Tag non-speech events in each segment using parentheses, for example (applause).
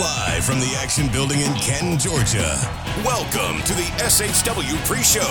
Live from the Action Building in Canton, Georgia. Welcome to the SHW Pre Show.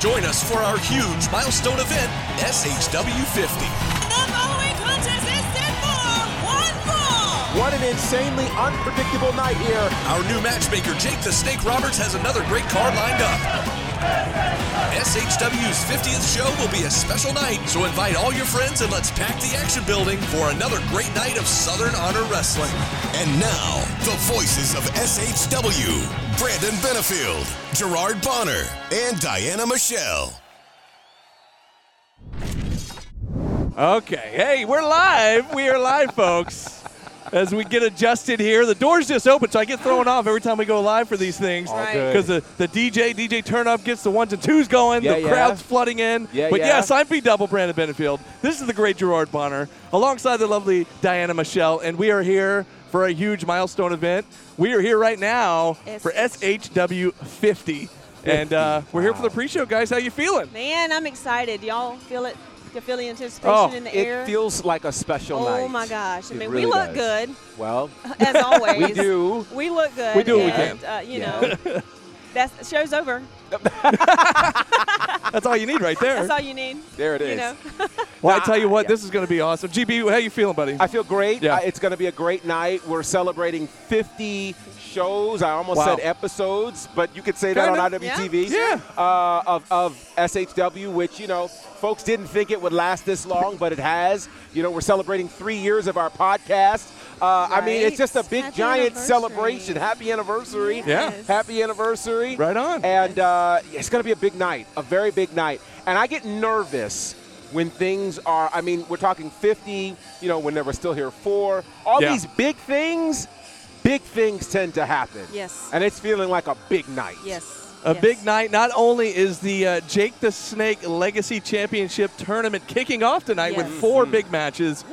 Join us for our huge milestone event, SHW 50. The following contest is set for one fall. What an insanely unpredictable night here. Our new matchmaker, Jake the Snake Roberts, has another great card lined up. SHW's 50th show will be a special night, so invite all your friends and let's pack the action building for another great night of Southern Honor Wrestling. And now, the voices of SHW Brandon Benefield, Gerard Bonner, and Diana Michelle. Okay. Hey, we're live. We are live, folks. As we get adjusted here, the door's just open, so I get thrown off every time we go live for these things. All good. Because the, the DJ, DJ turn up gets the ones and twos going, Yeah, the yeah. crowd's flooding in. Yeah, but yeah. yes, I'm B Double Brandon Benefield. This is the great Gerard Bonner, alongside the lovely Diana Michelle, and we are here for a huge milestone event. We are here right now Yes. for SHW 50. And uh, we're here for the pre-show, guys. How you feeling? Man, I'm excited. Y'all feel it? You feel the anticipation Oh, in the air? It feels like a special night. oh my gosh. I It mean, really we look does. good, (laughs) (laughs) Well, as always. we do. We look good. We do what we and, Uh, you know, that's, the show's over. That's all you need right there. That's all you (laughs) need. There it You is. know? Well, I tell you what, Yeah. this is going to be awesome. GB, how you feeling, buddy? I feel great. Yeah. Uh, it's going to be a great night. We're celebrating 50 shows. I almost Wow. said episodes, but you could say Kinda. that on IWTV. Yeah. Uh, of, of SHW, which, you know, folks didn't think it would last this long, but it has. You know, we're celebrating three years of our podcast. Uh, I mean, it's Right. just a big, Happy giant anniversary. celebration. Happy anniversary. Yeah. Yes. Happy anniversary. Right on. And uh, it's going to be a big night, a very big night. And I get nervous when things are, I mean, we're talking 50, you know, when there were still here four. All Yeah. these big things, big things tend to happen. Yes. And it's feeling like a big night. Yes. A yes. big night. Not only is the uh, Jake the Snake Legacy Championship tournament kicking off tonight with Yes. Mm-hmm. four big matches,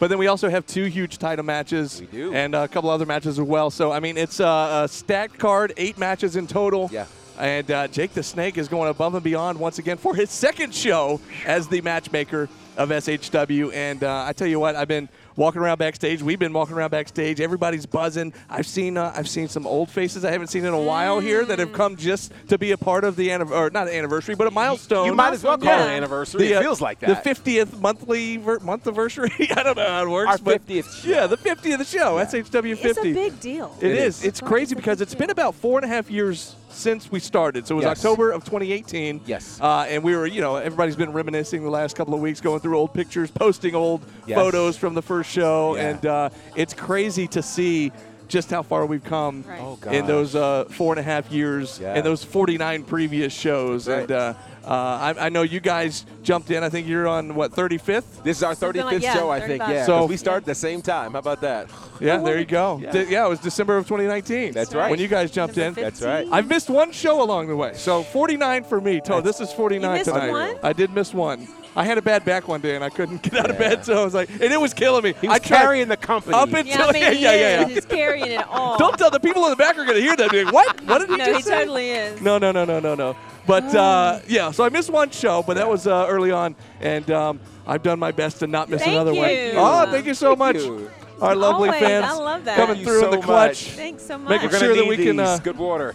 but then we also have two huge title matches We do. and uh, a couple other matches as well. So, I mean, it's uh, a stacked card, eight matches in total. Yeah. And uh, Jake the Snake is going above and beyond once again for his second show as the matchmaker of SHW. And uh, I tell you what, I've been walking around backstage. We've been walking around backstage. Everybody's buzzing. I've seen uh, I've seen some old faces I haven't seen in a while here that have come just to be a part of the anniv- or not anniversary, but a milestone. You might as well call it Yeah. an anniversary. The, uh, it feels like that. The 50th monthly ver- month anniversary. (laughs) I don't know how it works. Our but 50th Yeah, the 50th show. SHW 50. It's a big deal. It is. is. It's crazy because it's been about four and a half years since we started. So it was Yes. October of 2018. Yes. Uh, and we were, you know, everybody's been reminiscing the last couple of weeks, going through old pictures, posting old Yes. photos from the first show, Yeah. and uh, it's crazy to see just how far we've come Right. Oh, in gosh. those uh, four and a half years Yeah. and those 49 previous shows. Right. And uh, uh, I, I know you guys jumped in. I think you're on what 35th. this is our 35th Something like- yeah, show, I think. 35. Yeah. So- 'cause we started the same time. How about that? Yeah, there you go. Yeah. D- yeah, it was December of 2019. That's right. When you guys jumped in. Number That's right. 15. I've missed one show along the way. So 49 for me. Total. This is 49 You missed tonight. one? I did miss one. I had a bad back one day and I couldn't get out of Yeah. bed, so I was like, and it was killing me. He was I tried- carrying the company. Up and- Yeah, I mean, (laughs) Yeah, he yeah, yeah, is. yeah. He's carrying it all. Don't tell the people in the back are going to hear that. Be like, what? What did he no, just he say? totally is. No, no, no, no, no, no. But uh, yeah, so I missed one show, but that was uh, early on, and um, I've done my best to not miss Thank another one. you. Oh, thank you so Thank much, you. our lovely Always. fans I love that. coming Thank you through in so the clutch. much. Thanks so much. Make We're sure gonna that need we can, these. uh, good water.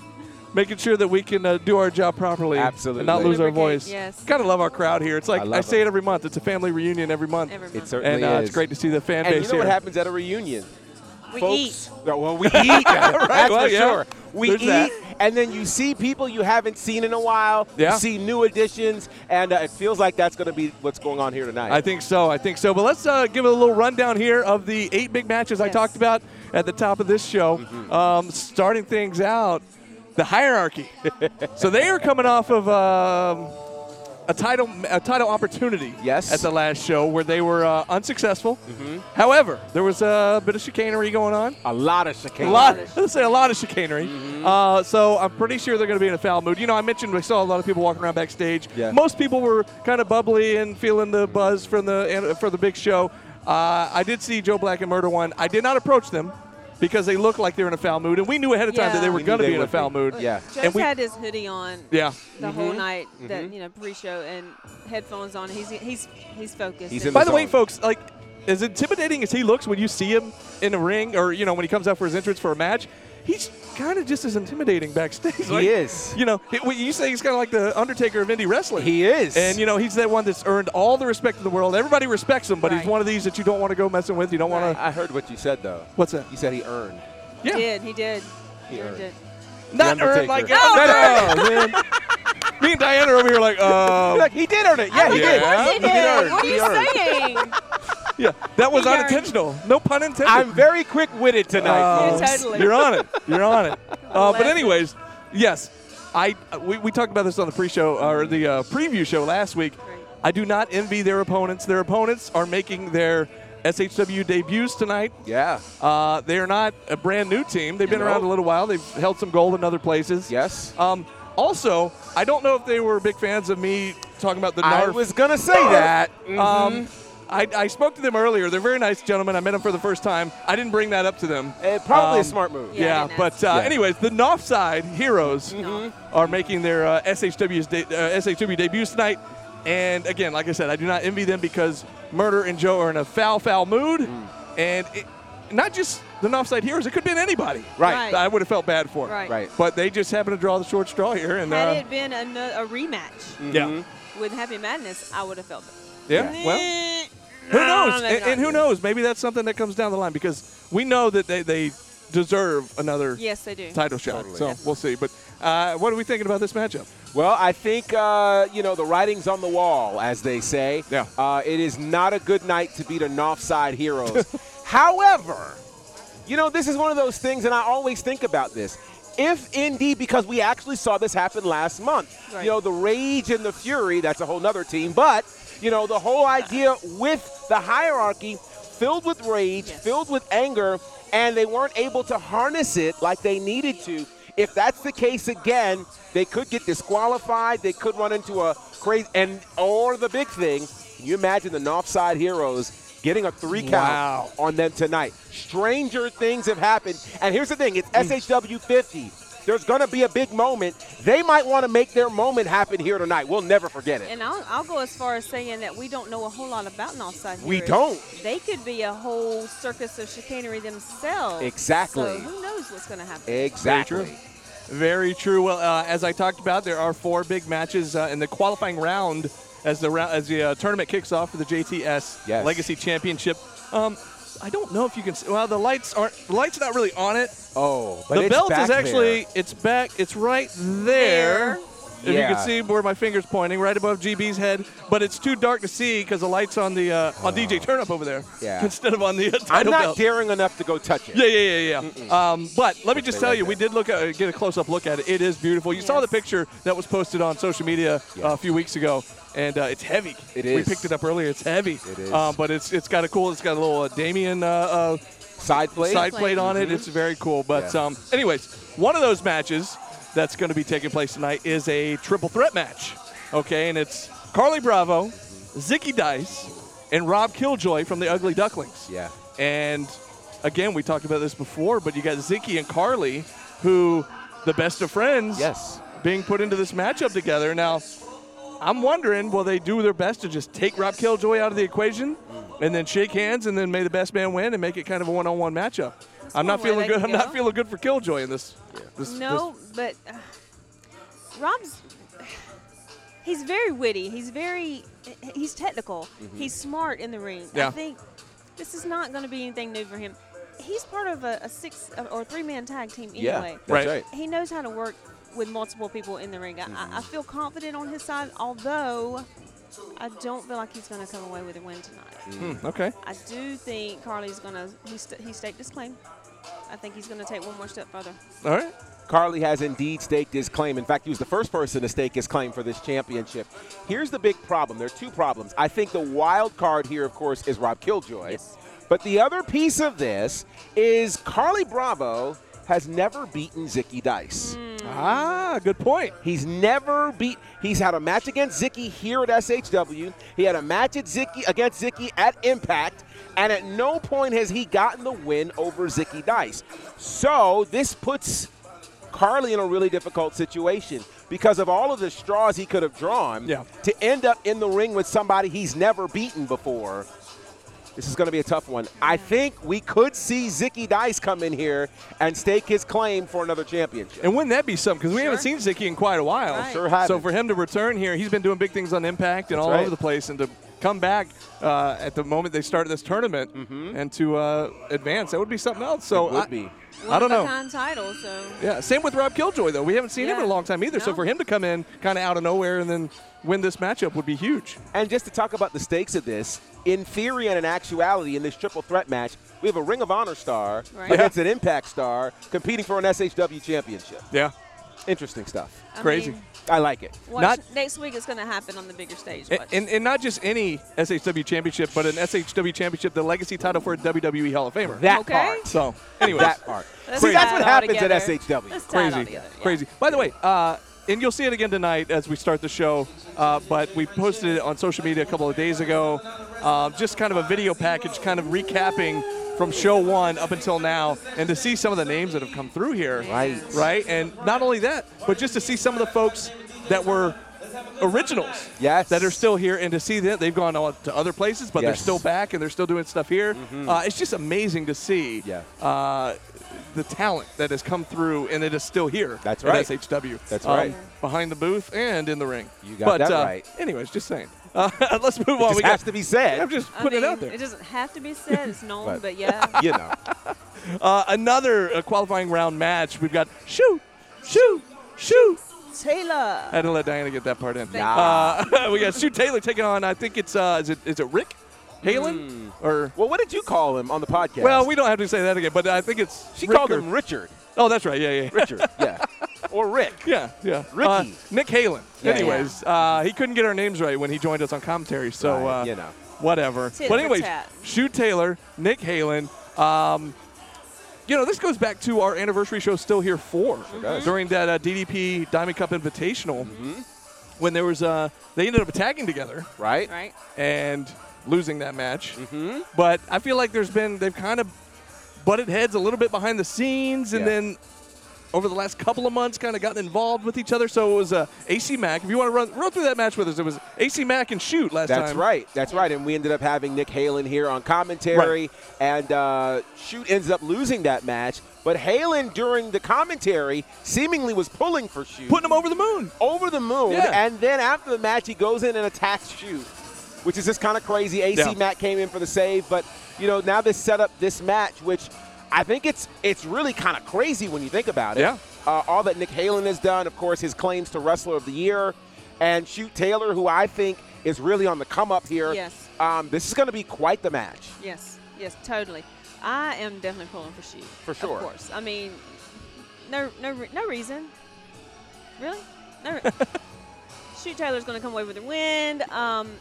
making sure that we can uh, do our job properly Absolutely. and not lose our Lubricate, voice. yes. Gotta love our crowd here. It's like I I, love say them. it every month. It's a family reunion every month, Every It month. certainly and uh, is. it's great to see the fan And base you know what here. happens at a reunion? we eat. folks. No, well, (laughs) we eat. That's well, for yeah. sure. We There's eat, that. and then you see people you haven't seen in a while. Yeah. You see new additions, and uh, it feels like that's going to be what's going on here tonight. I think so. I think so. But let's uh, give a little rundown here of the eight big matches I Yes. talked about at the top of this show. Um, starting things out, the hierarchy. (laughs) so they are coming off of um, a title a title opportunity. Yes. At the last show where they were uh, unsuccessful. However, there was a bit of chicanery going on. a lot of chicanery. A lot. Let's say a lot of chicanery. Mm-hmm. Uh, so I'm pretty sure they're going to be in a foul mood. You know, I mentioned we saw a lot of people walking around backstage. Yeah. Most people were kind of bubbly and feeling the buzz from the and- for the big show. Uh, I did see Joe Black and Murder One. I did not approach them because they looked like they were in a foul mood, and we knew ahead of time that Yeah. they were We knew going to they be in a would foul be. mood. Yeah. Josh And we- had his hoodie on Yeah. the whole Mm-hmm. night, that you know, pre-show and headphones on. He's he's he's focused. He's and- in By the the way, zone. folks, like as intimidating as he looks when you see him in the ring, or you know when he comes out for his entrance for a match, he's kind of just as intimidating backstage. (laughs) He is. You know, it, you say he's kind of like the Undertaker of indie wrestling. He is. And you know, he's that one that's earned all the respect in the world. Everybody respects him, but he's Right. one of these that you don't want to go messing with. You don't want to. I heard what you said though. What's that? You said he earned. Yeah. He did. He did. He earned. did. Not The earned like Undertaker. God. (laughs) Me and Diana are over here like, um, Look, he did earn it. Yeah, I he was did. like, what He did he do? earned. What are He you earned. saying? (laughs) yeah, that was He earned. unintentional. No pun intended. I'm very quick-witted tonight. Oh, folks. You're totally. You're on it. (laughs) You're on it. Uh, but Bless. anyways, yes, I we, we talked about this on the pre-show or the uh, preview show last week. Right. I do not envy their opponents. Their opponents are making their SHW debuts tonight. Yeah. Uh, they are not a brand new team. They've been No. around a little while. They've held some gold in other places. Yes. Um, also, I don't know if they were big fans of me talking about the I Narf was gonna say that. Mm-hmm. um, I, I spoke to them earlier. They're very nice gentlemen. I met them for the first time. I didn't bring that up to them. Eh, probably Um, a smart move. Yeah. Yeah, I didn't but ask. Mm-hmm. uh, Yeah. anyways, the North Side Heroes are making their uh, SHW's de- uh, SHW debuts tonight. And again, like I said, I do not envy them because Murder and Joe are in a foul, foul mood. Mm. And it, not just the North Side Heroes, it could have been anybody. Right. Right. I would have felt bad for. Right. Right. But they just happened to draw the short straw here. And Had uh, it been a, no- a rematch Mm. Mm-hmm. yeah. with Happy Madness, I would have felt it. yeah. Well. Who knows? And, and who knows? Maybe that's something that comes down the line because we know that they, they deserve another Yes, they do. title shot. Totally. So we'll see. But uh, what are we thinking about this matchup? Well, I think uh, you know the writing's on the wall, as they say. Yeah. Uh, it is not a good night to beat a (laughs) Northside Heroes. However, you know this is one of those things, and I always think about this. If indeed, because we actually saw this happen last month, Right. you know the rage and the fury—that's a whole nother team. But you know the whole idea with the hierarchy, filled with rage, Yes. filled with anger, and they weren't able to harness it like they needed to. If that's the case again, they could get disqualified. They could run into a crazy and or the big thing. Can you imagine the North Side Heroes getting a three count Wow. on them tonight? Stranger things have happened. And here's the thing: it's Mm. SHW 50. There's going to be a big moment. They might want to make their moment happen here tonight. We'll never forget it. And I'll, I'll go as far as saying that we don't know a whole lot about Northside. We Heroes. don't. They could be a whole circus of chicanery themselves. Exactly. So who knows what's going to happen? Exactly. true. Very true. Well, uh, as I talked about, there are four big matches uh, in the qualifying round as the rou- as the uh, tournament kicks off for the JTS Yes. Legacy Championship. Um, I don't know if you can. s well, the lights aren't. The lights are not really on it. Oh, but the it's belt back is there. actually it's back. It's right there. There. If you Yeah. can see where my fingers pointing, right above GB's head, but it's too dark to see because the lights on the uh, on DJ Turnup over there Yeah. (laughs) instead of on the uh, I'm title not belt. daring enough to go touch it. Yeah, yeah, yeah, yeah. Um, but let me just they tell like you, we that. did look at, uh, get a close-up look at it. It is beautiful. You saw Yes. the picture that was posted on social media uh, a Yes. few weeks ago, and uh, it's heavy. It We is. picked it up earlier. It's heavy. It is. Uh, but it's it's got a cool. It's got a little uh, Damien uh, uh, Side plate. Mm-hmm. side plate. plate on it. It's very cool. But Yeah. um, anyways, one of those matches that's going to be taking place tonight is a triple threat match. Okay, and it's Carly Bravo, Zicky Dice, and Rob Killjoy from the Ugly Ducklings. Yeah. And again, we talked about this before, but you got Zicky and Carly, who the best of friends, Yes. being put into this matchup together. Now, I'm wondering, will they do their best to just take Rob Killjoy out of the equation and then shake hands and then may the best man win and make it kind of a one-on-one matchup? one I'm not way feeling they good. can I'm not go. feeling good for Killjoy in this. this No, but uh, Rob's he's very witty. He's very he's technical. Mm-hmm. He's smart in the ring. Yeah. I think this is not going to be anything new for him. He's part of a, a six uh, or three man tag team Yeah. anyway. That's Right. right. Mm-hmm. He knows how to work with multiple people in the ring. I I, I feel confident on his side, although I don't feel like he's going to come away with a win tonight. Mm. This, hmm, okay. I do think Carly's going to he, st- he staked his claim. I think he's going to take one more step further. All right. Carly has indeed staked his claim. In fact, he was the first person to stake his claim for this championship. Here's the big problem. There are two problems. I think the wild card here, of course, is Rob Killjoy. Yes. But the other piece of this is Carly Bravo has never beaten Zicky Dice. Mm. Ah, good point. He's never beat. He's had a match against Zicky here at SHW. He had a match at Zicky against Zicky at Impact, and at no point has he gotten the win over Zicky Dice. So this puts Carly in a really difficult situation because of all of the straws he could have drawn Yeah. to end up in the ring with somebody he's never beaten before. This is going to be a tough one. I think we could see Zicky Dice come in here and stake his claim for another championship. And wouldn't that be something? Because we haven't seen Sure. Zicky in quite a while. Right. Sure haven't. So for him to return here, he's been doing big things on Impact and all right. over the place, and to come back uh, at the moment they started this tournament and to uh, advance, that would be something else. So Mm-hmm. It would I, be. I don't know. One-of-a-kind title, so Yeah, same with Rob Killjoy though. We haven't seen him in a Yeah. long time either. So No. for him to come in kind of out of nowhere and then win this matchup would be huge. And just to talk about the stakes of this, in theory and in actuality, in this triple threat match, we have a Ring of Honor star Right. against an Impact star competing for an SHW championship. Yeah, Interesting stuff. I Crazy. mean, I like it. watch Not- next week it's going to happen on the bigger stage. and, watch. and, and not just any SHW championship, but an SHW championship, the legacy title for a WWE Hall of Famer. That Okay. part. so, anyway, That part. Let's See, tie that's it what all happens together. at SHW. Let's tie it all crazy, together, yeah. crazy. By the way, uh, and you'll see it again tonight as we start the show. Uh, but we posted it on social media a couple of days ago, uh, just kind of a video package, kind of recapping from show one up until now, and to see some of the names that have come through here. Right. right? And not only that, but just to see some of the folks that were originals Yes. that are still here and to see that they've gone on to other places but they're Yes. Mm-hmm. still back and they're still doing stuff here uh, it's just amazing to see Yeah. uh, the talent that has come through and it is still here That's at right. shw That's right. Um, behind the booth and in the ring You got but, that uh, right. anyways just saying (laughs) uh, let's move on This we has got to be said. i'm just I putting it mean, out there It doesn't have to be said. It's known, But- but, yeah. (laughs) you know. uh, another uh, qualifying round match we've got shoot shoot shoot Taylor. I had to let Diana get that part in. Nah. Uh, (laughs) we got Sue Taylor taking on. I think it's uh, is it is it Rick Halen Hmm. or Well, what did you call him on the podcast? well we don't have to say that again, but I think it's she Rick called or- him Richard. Oh, that's right. Yeah, yeah, yeah. Richard, yeah. (laughs) Or Rick. yeah, yeah. Ricky. Uh, Nick Halen. Yeah, Anyways, Uh, he couldn't get our names right when he joined us on commentary, so Right, uh, you know. whatever. Tit but for anyways, tat. Sue Taylor, Nick Halen. Um, you know, this goes back to our anniversary show, Still Here 4, does. Mm-hmm. during that uh, DDP Diamond Cup Invitational, Mm-hmm. when there was, uh, they ended up attacking together Right? right? and losing that match. Mm-hmm. But I feel like there's been they've kind of butted heads a little bit behind the scenes, and Yeah. then over the last couple of months, kind of gotten involved with each other. So it was uh, AC Mac. If you want to run run through that match with us, it was AC Mac and Shoot last That's time. right. That's right. And we ended up having Nick Halen here on commentary, and uh, Shoot ends up losing that match. But Halen, during the commentary, seemingly was pulling for Shoot, Putting them over the moon. over the moon, Yeah. and then after the match, he goes in and attacks Shoot, which is just kind of crazy. AC Yeah. Matt came in for the save, but you know now they set up this match, which I think it's it's really kind of crazy when you think about it. Yeah. Uh, all that Nick Halen has done, of course, his claims to Wrestler of the Year, and Shoot Taylor, who I think is really on the come up here. Yes. Um, this is going to be quite the match. Yes, yes, totally. I am definitely pulling for Sheik. For sure. Of course. I mean, no, no, re- no reason. Really? No. Re- Shoot, Taylor's going to come away with the win. Um,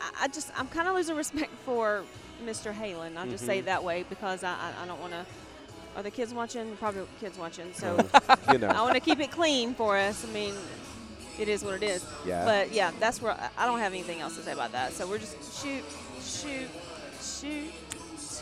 I, I just, I'm kind of losing respect for Mr. Halen. I'll just say it that way because I, I, I don't want to. Are the kids watching? Probably kids watching. So You (laughs) know. I want to keep it clean for us. I mean, it is what it is. Yeah. But yeah, that's where I- I don't have anything else to say about that. So we're just shoot, shoot, shoot,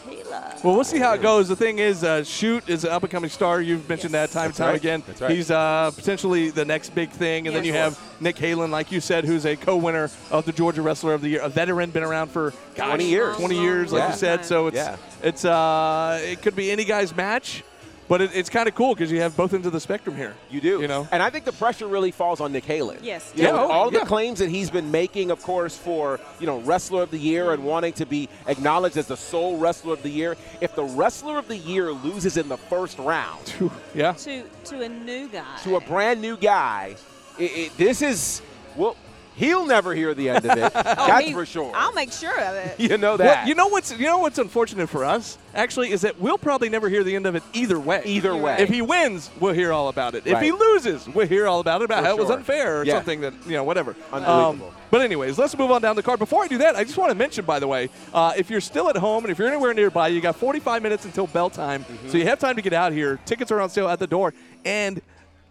Taylor. Well, we'll see how it goes. The thing is, uh, Shoot is an up and coming star. You've mentioned Yes. that time and That's time right. again. That's right. He's uh, potentially the next big thing. And then Yes. you have Nick Halen, like you said, who's a co winner of the Georgia Wrestler of the Year, a veteran, been around for gosh, 20 years. 20 years, like Yeah. you said. So it's, Yeah. it's uh, it could be any guy's match, but it, it's kind of cool because you have both ends of the spectrum here. You do. You know? And I think the pressure really falls on Nick Halen. Yes. You know, Yeah, with oh, all the yeah. claims that he's been making, of course, for, you know, wrestler of the year and wanting to be acknowledged as the sole wrestler of the year. If the wrestler of the year loses in the first round yeah. to to a new guy. to a brand new guy, it, it, this is, well, he'll never hear the end (laughs) of it. Oh, That's me- for sure. I'll make sure of it. (laughs) (laughs) you know Well, that. you know what's you know what's unfortunate for us actually is that we'll probably never hear the end of it either way. Either way. If he wins, we'll hear all about it. If he Right. loses, we'll hear all about it about For how it was sure. unfair or Yeah. something that you know whatever. Um, Unbelievable. but anyways, let's move on down the card. Before I do that, I just want to mention by the way, uh, if you're still at home and if you're anywhere nearby, you got Mm-hmm. 45 minutes until bell time, so you have time to get out here. Tickets are on sale at the door and.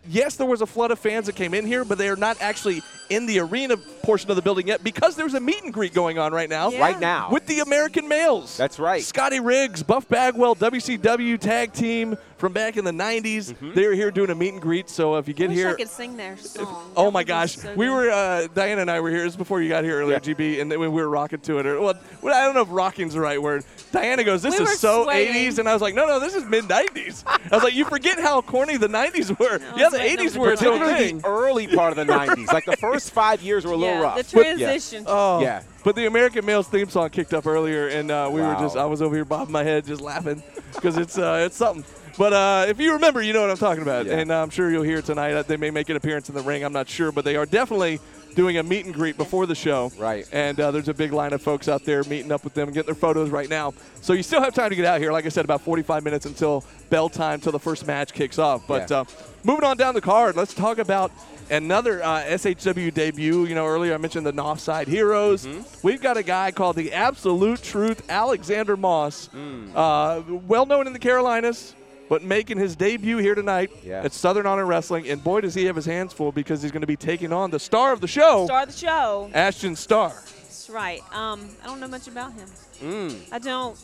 yes, there was a flood of fans that came in here, but they are not actually in the arena portion of the building yet because there's a meet and greet going on right now. Yeah. Right now. With the American males. That's right. Scotty Riggs, Buff Bagwell, WCW tag team from back in the 90s. Mm-hmm. They were here doing a meet and greet. So if you get I wish here. I could sing their song. That Oh would my be gosh, so we good. were uh, Diana and I were here. This was before you got here earlier, Yeah. GB, and then we were rocking to it. Or well, well, I don't know if "rocking's" the right word. Diana goes, "This We were is so swaying. 80s," and I was like, "No, no, this is mid 90s." I was like, "You forget how corny the 90s were. yeah, it's the right, (laughs) no, 80s it's were its own Particularly thing." the early (laughs) part of the 90s. Like the first five years were a little yeah, rough. The transition. Oh, Yeah. But the American Males theme song kicked up earlier, and uh, we were Wow. just—I was over here bobbing my head, just laughing, because it's uh, it's something. But uh, if you remember, you know what I'm talking about, Yeah. and I'm sure you'll hear it tonight. Uh, They may make an appearance in the ring. I'm not sure, but they are definitely doing a meet and greet before the show. Right. And uh, there's a big line of folks out there meeting up with them and getting their photos right now. So you still have time to get out here. Like I said, about 45 minutes until bell time, till the first match kicks off. But Yeah. uh, moving on down the card, let's talk about another uh, SHW debut. You know, earlier I mentioned the North Side Heroes. Mm-hmm. We've got a guy called the Absolute Truth, Alexander Moss, Mm. uh, well known in the Carolinas. But making his debut here tonight Yeah. at Southern Honor Wrestling, and boy does he have his hands full because he's going to be taking on the star of the show, Star of the show. Ashton Starr. That's right. Um, I don't know much about him. Mm. I don't.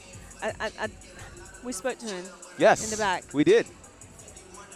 I, I, I, we spoke to him. yes. In the back. We did.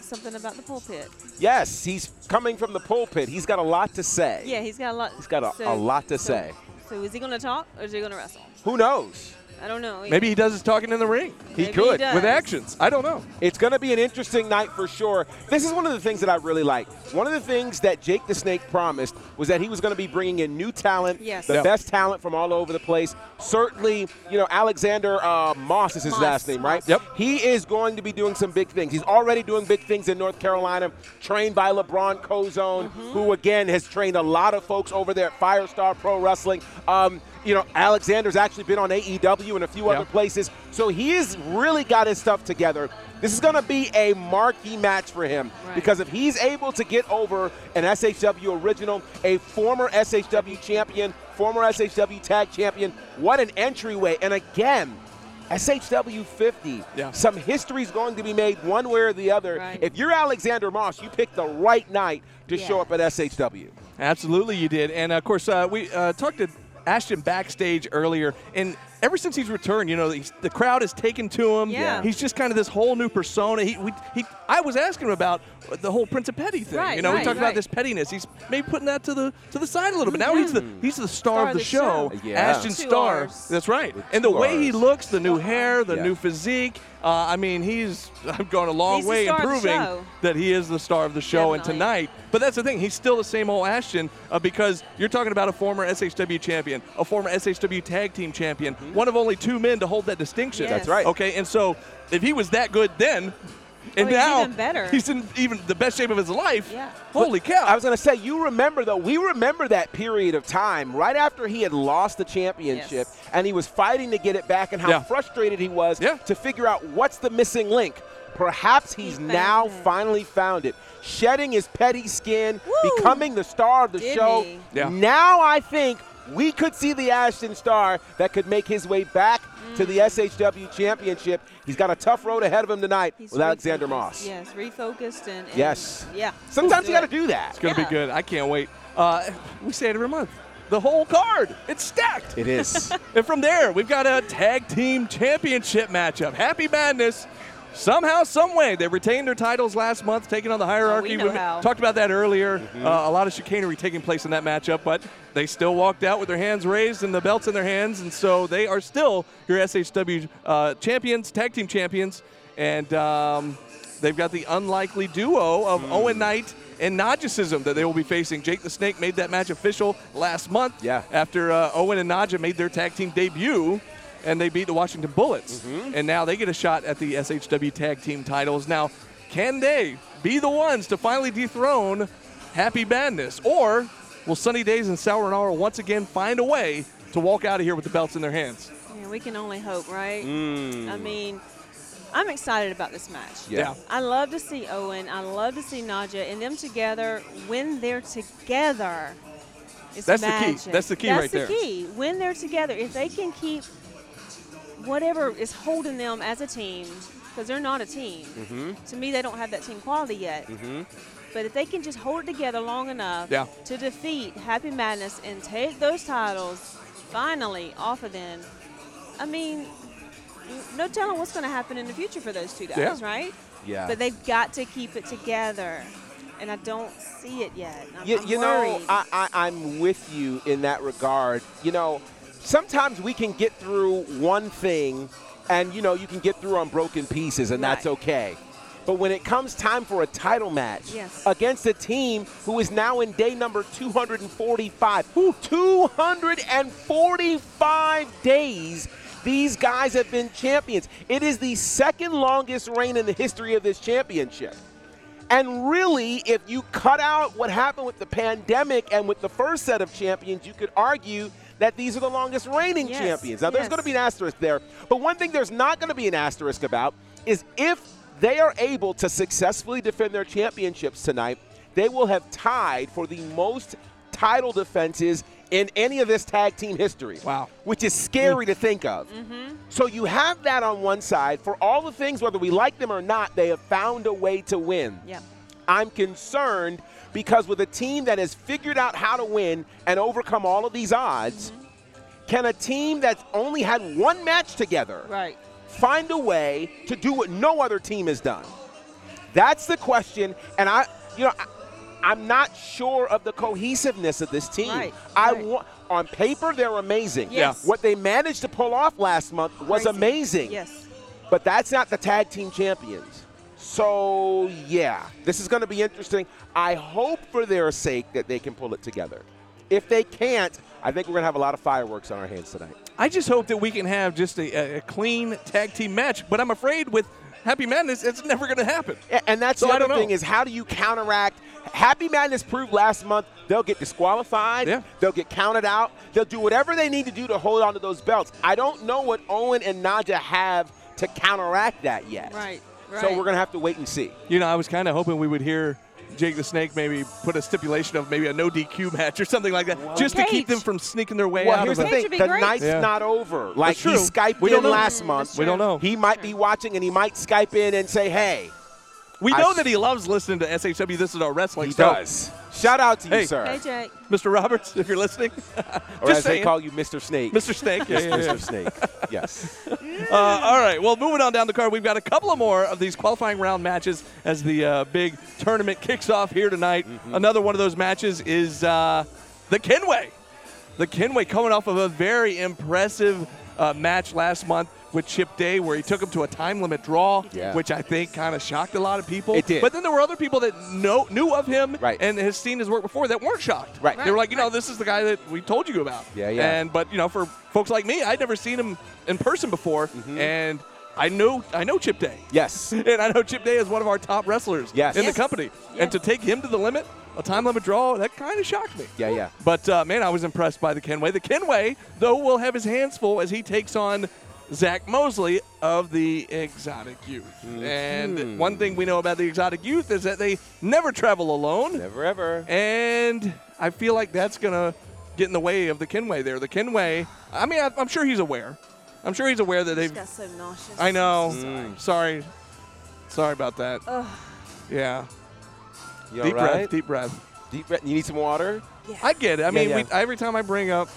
Something about the pulpit. Yes, he's coming from the pulpit. He's got a lot to say. Yeah, he's got a lot. He's got a- a lot to so- say. So is he going to talk or is he going to wrestle? Who knows? I don't know. Maybe he does his talking in the ring He Maybe could. does. with actions. I don't know. It's going to be an interesting night for sure. This is one of the things that I really like. One of the things that Jake the Snake promised was that he was going to be bringing in new talent, Yes. the Yeah. best talent from all over the place. Certainly, you know, Alexander uh, Moss is his Moss, last name, right? Moss. Yep. He is going to be doing some big things. He's already doing big things in North Carolina, trained by LeBron Cozone, who again has trained a lot of folks over there at Firestar Pro Wrestling. Um, you know, Alexander's actually been on AEW and a few Yeah. other places, so he has really got his stuff together. This is going to be a marquee match for him Right. because if he's able to get over an SHW original, a former SHW champion, former SHW tag champion, what an entryway! And again, SHW 50. Yeah. Some history's going to be made one way or the other. Right. If you're Alexander Moss, you picked the right night to Yeah. show up at SHW. Absolutely, you did. And of course, uh, we uh, talked to Ashton backstage earlier, and ever since he's returned, you know, he's, the crowd has taken to him. Yeah. He's just kind of this whole new persona. He, we, he, I was asking him about the whole Prince of Petty thing. Right, you know, we right, talked about right. this pettiness. He's maybe putting that to the to the side a little bit. Now he's the Mm-hmm. he's the star, of the, show. show. Yeah. Ashton Two Starr. Rs. That's right. With and the two way he Rs. looks, the new hair, the Yeah. new physique. Uh, I mean, he's (laughs) I've gone a long He's the way in star of the proving show. that he is the star of the show. And Definitely. tonight tonight. But that's the thing. He's still the same old Ashton uh, because you're talking about a former SHW champion, a former SHW tag team champion, one of only two men to hold that distinction. Yes. That's right. Okay, and so if he was that good then, and he's now even better. Oh, he's in even the best shape of his life. Yeah. Holy cow! I was going to say, you remember, though, we remember that period of time right after he had lost the championship Yes. and he was fighting to get it back and how Yeah. frustrated he was Yeah. to figure out what's the missing link. Perhaps he's found now it. finally found it. Shedding his petty skin, Woo! becoming the star of the Did show. he? Yeah. Now I think we could see the Ashton star that could make his way back to Mm. the SHW championship. He's got a tough road ahead of him tonight He's with Alexander refocused. Moss. Yes, refocused and, and Yes. Yeah. Sometimes you got to it. do that. it's gonna yeah. be good. I can't wait. Uh, we say it every month. The whole card. It's stacked. It (laughs) is. And from there, we've got a tag team championship matchup. Happy Madness. Somehow, some way, they retained their titles last month, taking on the hierarchy. Oh, know how. talked about that earlier. Uh, a lot of chicanery taking place in that matchup, but they still walked out with their hands raised and the belts in their hands, and so they are still your SHW uh, champions, tag team champions, and um, they've got the unlikely duo of Owen Knight and Najasism that they will be facing. Jake the Snake made that match official last month Yeah. after uh, Owen and Naja made their tag team debut and they beat the Washington Bullets. And now they get a shot at the SHW tag team titles. Now, can they be the ones to finally dethrone Happy Madness? Or will Sunny Days and Sour and Hour once again find a way to walk out of here with the belts in their hands? Yeah, we can only hope, right? Mm. I mean, I'm excited about this match. Yeah. I love to see Owen. I love to see Naja and them together. When they're together, it's That's the key. magic. That's the key right there. That's the key. When they're together, if they can keep whatever is holding them as a team because they're not a team. Mm-hmm. To me, they don't have that team quality yet. But if they can just hold it together long enough Yeah. to defeat Happy Madness and take those titles finally off of them, I mean, n- no telling what's going to happen in the future for those two guys, Yeah. right? Yeah. But they've got to keep it together, and I don't see it yet. I'm, You, I'm you know, worried. I, I, I'm with you in that regard. You know, sometimes we can get through one thing and, you know, you can get through on broken pieces, and that's Right. okay. But when it comes time for a title match Yes. against a team who is now in day number 245, 245 days these guys have been champions. It is the second longest reign in the history of this championship. And really, if you cut out what happened with the pandemic and with the first set of champions, you could argue that these are the longest reigning Yes, champions. Now, there's yes. going to be an asterisk there, but one thing there's not going to be an asterisk about is if they are able to successfully defend their championships tonight, they will have tied for the most title defenses in any of this tag team history. Wow. Which is scary to think of. Mm-hmm. So you have that on one side. For all the things, whether we like them or not, they have found a way to win. yeah. I'm concerned because with a team that has figured out how to win and overcome all of these odds, can a team that's only had one match together Right. find a way to do what no other team has done? That's the question, and I, you know, I, am not sure of the cohesiveness of this team. Right, I right. want on paper they're amazing. Yes. What they managed to pull off last month was Crazy. amazing. Yes. But that's not the tag team champions. So, yeah, this is going to be interesting. I hope for their sake that they can pull it together. If they can't, I think we're going to have a lot of fireworks on our hands tonight. I just hope that we can have just a, a- a clean tag team match, but I'm afraid with Happy Madness, it's never going to happen. A- And that's So the I other don't know. thing is how do you counteract? Happy Madness proved last month they'll get disqualified, Yeah. they'll get counted out, they'll do whatever they need to do to hold on to those belts. I don't know what Owen and Naja have to counteract that yet. Right. Right. So we're going to have to wait and see. You know, I was kind of hoping we would hear Jake the Snake maybe put a stipulation of maybe a no DQ match or something like that, just to Cage. keep them from sneaking their way Well, out here's the of it. Cage thing: would be the great. night's Yeah. not over. Like he true. Skyped We in don't know. last That's month. We don't know. He might be watching, and he might Skype in and say, "Hey, we I know s- that he loves listening to SHW. This is our wrestling he show. does." Shout out to you, Hey. sir. Hey, Jake. Mr. Roberts, if you're listening. (laughs) or Just as saying. they call you, Mr. Snake. Mr. Snake. Yeah, yeah, yeah. Mr. Snake. Yes. Uh, all right. Well, moving on down the card, we've got a couple of more of these qualifying round matches as the uh, big tournament kicks off here tonight. Mm-hmm. Another one of those matches is uh, the Kenway. The Kenway coming off of a very impressive uh, match last month with Chip Day, where he took him to a time limit draw, Yeah. which I think kind of shocked a lot of people. It did. But then there were other people that know, knew of him Right. and has seen his work before that weren't shocked. Right. They were like, you know, this is the guy that we told you about. Yeah, yeah. And but you know, for folks like me, I'd never seen him in person before, Mm-hmm. and I know I know Chip Day. Yes. (laughs) And I know Chip Day is one of our top wrestlers Yes. in Yes. the company. And Yes. to take him to the limit, a time limit draw, that kind of shocked me. Yeah, yeah. But uh, man, I was impressed by the Kenway. The Kenway, though, will have his hands full as he takes on Zach Mosley of the Exotic Youth. Mm-hmm. And one thing we know about the Exotic Youth is that they never travel alone. Never ever. And I feel like that's going to get in the way of the Kenway there. The Kenway, I mean, I, I'm sure he's aware. I'm sure he's aware that Just they've. got so nauseous. I know. Sorry. Sorry about that. Yeah. You deep all right? breath, deep breath. Deep breath. You need some water. Yeah. I get it. I mean, yeah. We, every time I bring up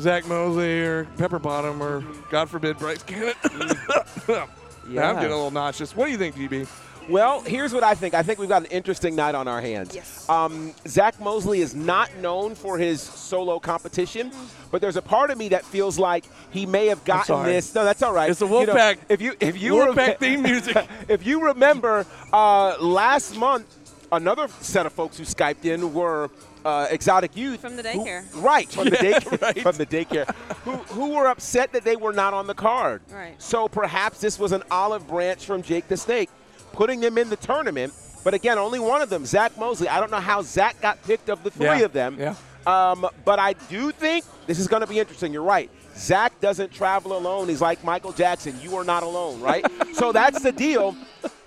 Zach Mosley or Pepper Bottom or, God forbid, Bryce Cannon, Mm. (laughs) Yeah. I'm getting a little nauseous. What do you think, GB? Well, here's what I think. I think we've got an interesting night on our hands. Yes. Um, Zach Mosley is not known for his solo competition, but there's a part of me that feels like he may have gotten sorry. this. No, that's all right. It's the You know, Wolfpack- if you if you Wolfpack rem- theme music. (laughs) if you remember uh, last month, another set of folks who skyped in were. Uh, exotic youth From the who- daycare. right from the (laughs) Yeah, daycare right. from the daycare who, who were upset that they were not on the card Right. so perhaps this was an olive branch from Jake the Snake, putting them in the tournament. But again, only one of them, Zach Mosley. I don't know how Zach got picked of the three Yeah, of them. yeah. Um, but I do think this is going to be interesting. You're right. Zach (laughs) doesn't travel alone. He's like Michael Jackson. You are not alone, right? so that's the deal.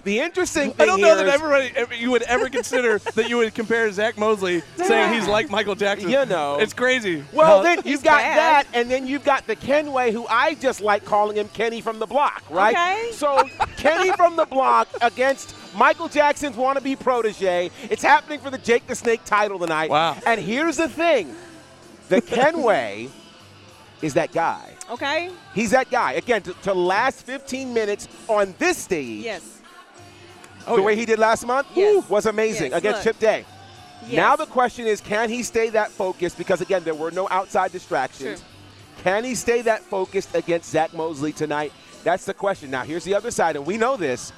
The interesting thing I don't here know that is- everybody ever, you would ever (laughs) consider that you would compare Zach Mosley saying he's like Michael Jackson. You know. it's crazy. Well, Huh? then He's you've got bad. that, and then you've got the Kenway, who I just like calling him Kenny from the block, right? Okay. So Kenny from the (laughs) block against Michael Jackson's wannabe protege. It's happening for the Jake the Snake title tonight. Wow. And here's the thing (laughs) the Kenway is that guy. Okay. He's that guy. Again, to, to last 15 minutes on this stage, Yes. the way he did last month Yes. woo, was amazing Yes, against look. Chip Day. yes. Now the question is, can he stay that focused? Because again, there were no outside distractions. Can he stay that focused against Zach Mosley tonight? That's the question. Now here's the other side, and we know this.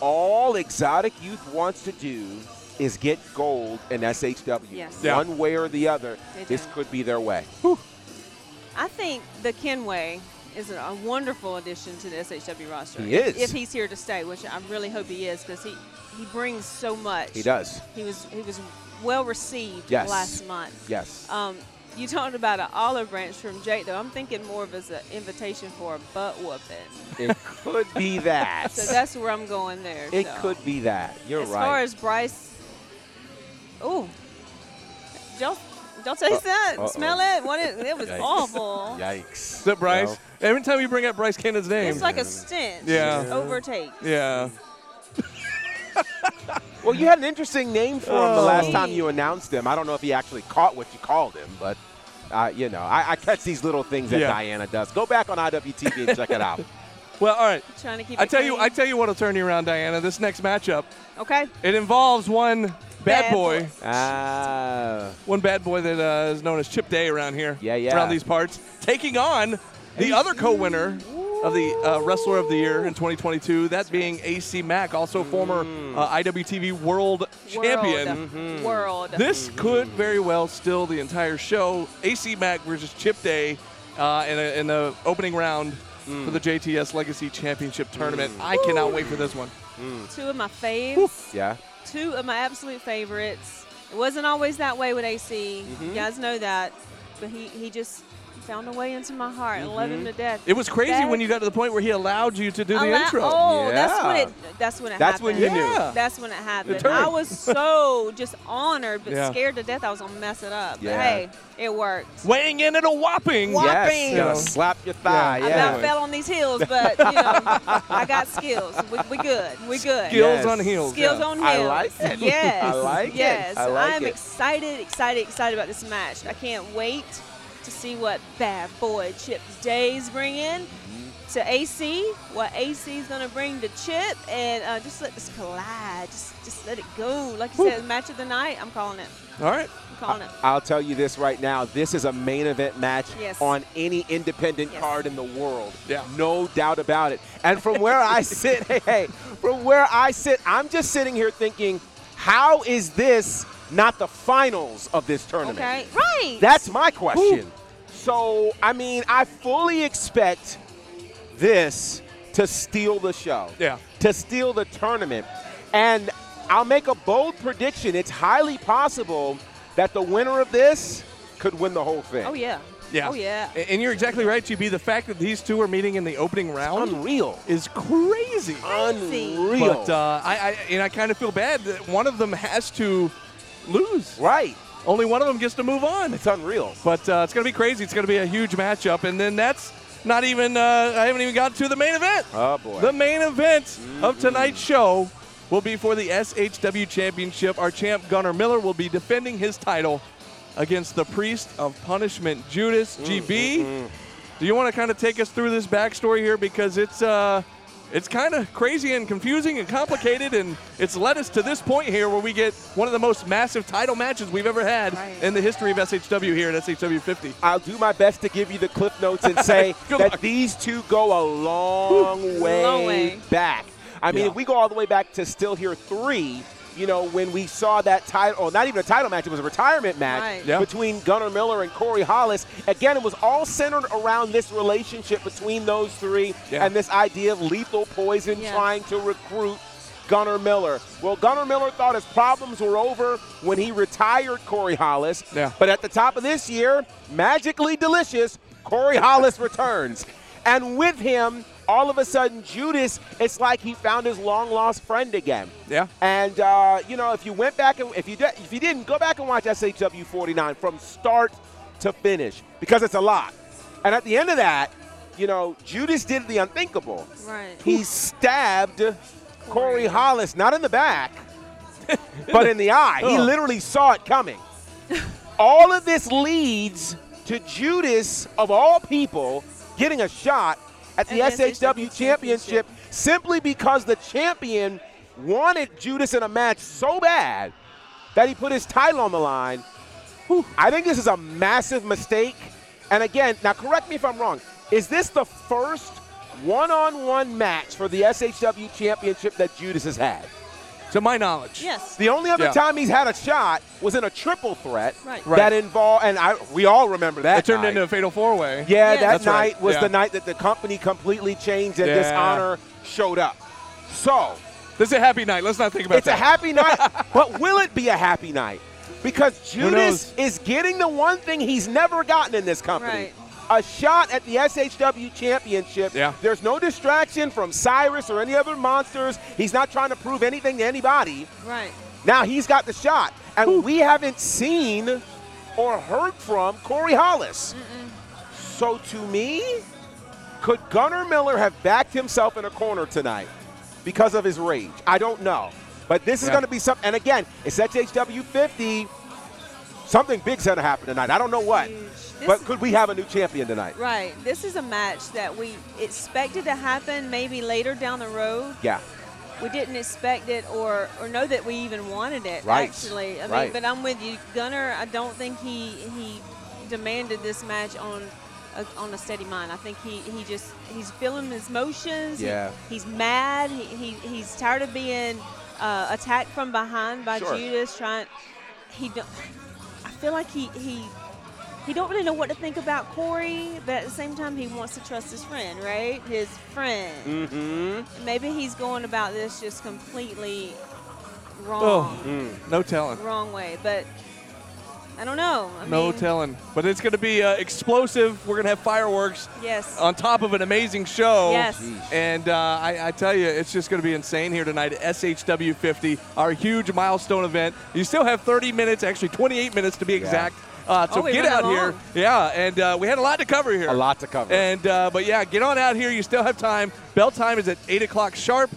All exotic youth wants to do is get gold in SHW. Yes. Yeah. One way or the other, They this do. could be their way. I think the Kenway is a wonderful addition to the SHW roster. He is. If he's here to stay, which I really hope he is, because he, he brings so much. He does. He was he was well received Yes. last month. Yes. Um, you talked about an olive branch from Jake, though. I'm thinking more of as an invitation for a butt whooping. it could be (laughs) that. (laughs) So that's where I'm going there. it so. could be that. You're As right. far as Bryce, ooh, don't don't taste that. Uh, uh-oh. Smell it. What it, it was Yikes. awful. Yikes. Is that Bryce? Well, Every time you bring up Bryce Cannon's name, It's like a stench. Yeah. Just overtake. yeah, Well, you had an interesting name for him the Oh. last time you announced him. I don't know if he actually caught what you called him, but uh, you know, I, I catch these little things that Yeah. Diana does. Go back on IWTV and check it (laughs) out. well, all right. Trying to keep. I it tell you, clean. I tell you what'll turn you around, Diana. This next matchup, okay. it involves one bad, Bad boy, boy. Ah, one bad boy that uh, is known as Chip Day around here, Yeah, yeah. around these parts, taking on the other co-winner of the uh, Wrestler of the Year in 2022, that being AC Mack, also former Mm. uh, IWTV World, Champion. World. Mm-hmm. World. This could very well still the entire show. AC Mack versus Chip Day uh, in, a, in the opening round for the Mm. JTS Legacy Championship Tournament. I cannot wait for this one. Two of my faves. yeah. Two of my absolute favorites. It wasn't always that way with AC. Mm-hmm. You guys know that, but he he just found a way into my heart. and Love him to death. Mm-hmm. It was crazy That- when you got to the point where he allowed you to do the Allow- intro. Oh, that's Yeah. when it. That's when it. That's when happened. you knew. Yeah. That's when it happened. turned. I (laughs) was so just honored, but Yeah. scared to death. I was gonna mess it up. Yeah. But hey, it worked. Weighing in at a whopping. Wha- Yes, Whopping. gonna slap your thigh. Yeah. I Yeah. about fell on these heels, but you know, I got skills. We, we good. We good. Skills Yes. on heels. Skills yeah. on heels. I like it. (laughs) Yes. I like it. yes. I like am it. excited, excited, excited about this match. I can't wait to see what bad boy Chip Days bring in Mm-hmm. to AC, what AC is going to bring to Chip, and uh, just let this collide. Just, just let it go. Like you said, match of the night, I'm calling it. All right. I'm Uh, calling it. I'll tell you this right now. This is a main event match Yes. on any independent Yes. card in the world. Yeah. No doubt about it. And from where I sit, hey, hey, from where I sit, I'm just sitting here thinking, how is this not the finals of this tournament? Okay. Right. That's my question. So, I mean, I fully expect this to steal the show. Yeah. To steal the tournament. And I'll make a bold prediction. It's highly possible that the winner of this could win the whole thing. oh, yeah. Yeah. Oh, yeah. A- And you're exactly right, GB. The fact that these two are meeting in the opening round Unreal. is crazy. Crazy. Unreal. But uh, I, I and I kind of feel bad that one of them has to lose. right. Only one of them gets to move on. It's unreal. But uh, it's going to be crazy. It's going to be a huge matchup. And then that's not even, uh, I haven't even got to the main event. Oh, boy. Mm-hmm. The main event of tonight's show will be for the SHW Championship. Our champ, Gunnar Miller, will be defending his title against the Priest of Punishment, Judas GB. Mm-hmm. Do you want to kind of take us through this backstory here? Because it's. Uh, it's kind of crazy and confusing and complicated, and it's led us to this point here where we get one of the most massive title matches we've ever had Right. in the history of SHW here at SHW 50. I'll do my best to give you the clip notes and say Good that luck. these two go a long way, Long way. back. I mean, Yeah. if we go all the way back to Still Here 3, you know, when we saw that title, or not even a title match, it was a retirement match Right. Yeah. between Gunnar Miller and Corey Hollis. Again, it was all centered around this relationship between those three Yeah. and this idea of lethal poison Yeah. trying to recruit Gunnar Miller. Well, Gunnar Miller thought his problems were over when he retired Corey Hollis. Yeah. But at the top of this year, magically delicious, Corey Hollis returns. And with him all of a sudden, Judas, it's like he found his long lost friend again. Yeah. And uh, you know, if you went back and if you did, if you didn't go back and watch SHW 49 from start to finish because it's a lot. And at the end of that, you know, Judas did the unthinkable. Right. He stabbed Corey Corey. Hollis, not in the back, (laughs) but in the eye. He Ugh. literally saw it coming. all of this leads to Judas, of all people, getting a shot at the At the SHW SHW championship championship. simply because the champion wanted Judas in a match so bad that he put his title on the line. Whew, I think this is a massive mistake. And again, now correct me if I'm wrong. Is this the first one-on-one match for the SHW championship that Judas has had? To my knowledge. Yes. The only other Yeah. time he's had a shot was in a triple threat Right. Right. that involved, and I, we all remember that. It turned night. into a fatal four way. Yeah, Yeah. that That's night right. was Yeah. the night that the company completely changed and Yeah. dishonor showed up. So This is a happy night. Let's not think about it's that. a happy night, but will it be a happy night? Because Judas is getting the one thing he's never gotten in this company. Right. A shot at the SHW championship. Yeah. There's no distraction from Cyrus or any other monsters. He's not trying to prove anything to anybody. Right. Now he's got the shot. And we haven't seen or heard from Corey Hollis. So to me, could Gunnar Miller have backed himself in a corner tonight because of his rage? I don't know. But this is Yeah. going to be something. And again, it's HHW 50. Something big's going to happen tonight. I don't know what. Huge. This But is- could we have a new champion tonight? Right. This is a match that we expected to happen maybe later down the road. Yeah. We didn't expect it or, or know that we even wanted it. Right. Actually, I mean, Right. but I'm with you, Gunner. I don't think he he demanded this match on a, on a steady mind. I think he, he just he's feeling his motions. He- Yeah. he's mad. He, he he's tired of being uh, attacked from behind by Sure. Judas. Trying, he don't. I feel like he he he don't really know what to think about Corey, but at the same time, he wants to trust his friend, right? His friend. Mm-hmm. Maybe he's going about this just completely wrong, Oh, no telling. wrong way. But I don't know. I No mean, telling. But it's going to be uh, explosive. We're going to have fireworks Yes. on top of an amazing show. Yes. Jeez. And uh, I, I tell you, it's just going to be insane here tonight at SHW 50, our huge milestone event. You still have 30 minutes, actually 28 minutes to be exact. Uh, so Oh, we get ran out long. here. Yeah, and uh, we had a lot to cover here. A lot to cover. And uh, but yeah, get on out here. You still have time. Bell time is at eight o'clock sharp.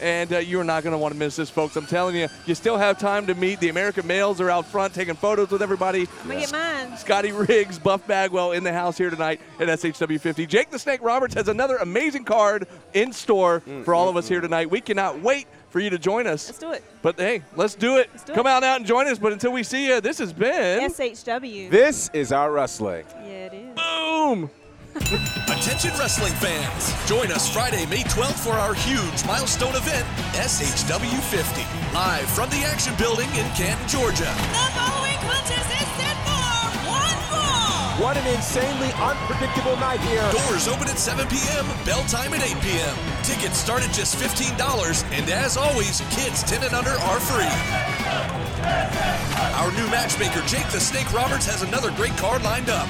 And uh, you are not going to want to miss this, folks. I'm telling you, you still have time to meet. The American males are out front taking photos with everybody. I'm gonna get mine. Scotty Riggs, Buff Bagwell in the house here tonight at SHW50. Jake the Snake Roberts has another amazing card in store for all of us here tonight. We cannot wait for you to join us. Mm, Let's do it. But hey, let's do it. Let's do Come it. on out and join us. But until we see you, this has been SHW. This is our wrestling. yeah, it is. Boom. Attention wrestling fans! Join us Friday, May 12th for our huge milestone event, SHW 50, live from the Action Building in Canton, Georgia. The following contest is set for one fall. What an insanely unpredictable night here. Doors open at 7 p.m., bell time at 8 p.m. Tickets start at just $15, and as always, kids 10 and under are free. Our new matchmaker, Jake the Snake Roberts, has another great card lined up.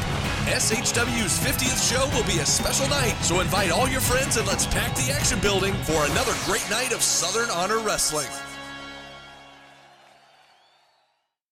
SHW's 50th show will be a special night, so invite all your friends and let's pack the action building for another great night of Southern Honor Wrestling.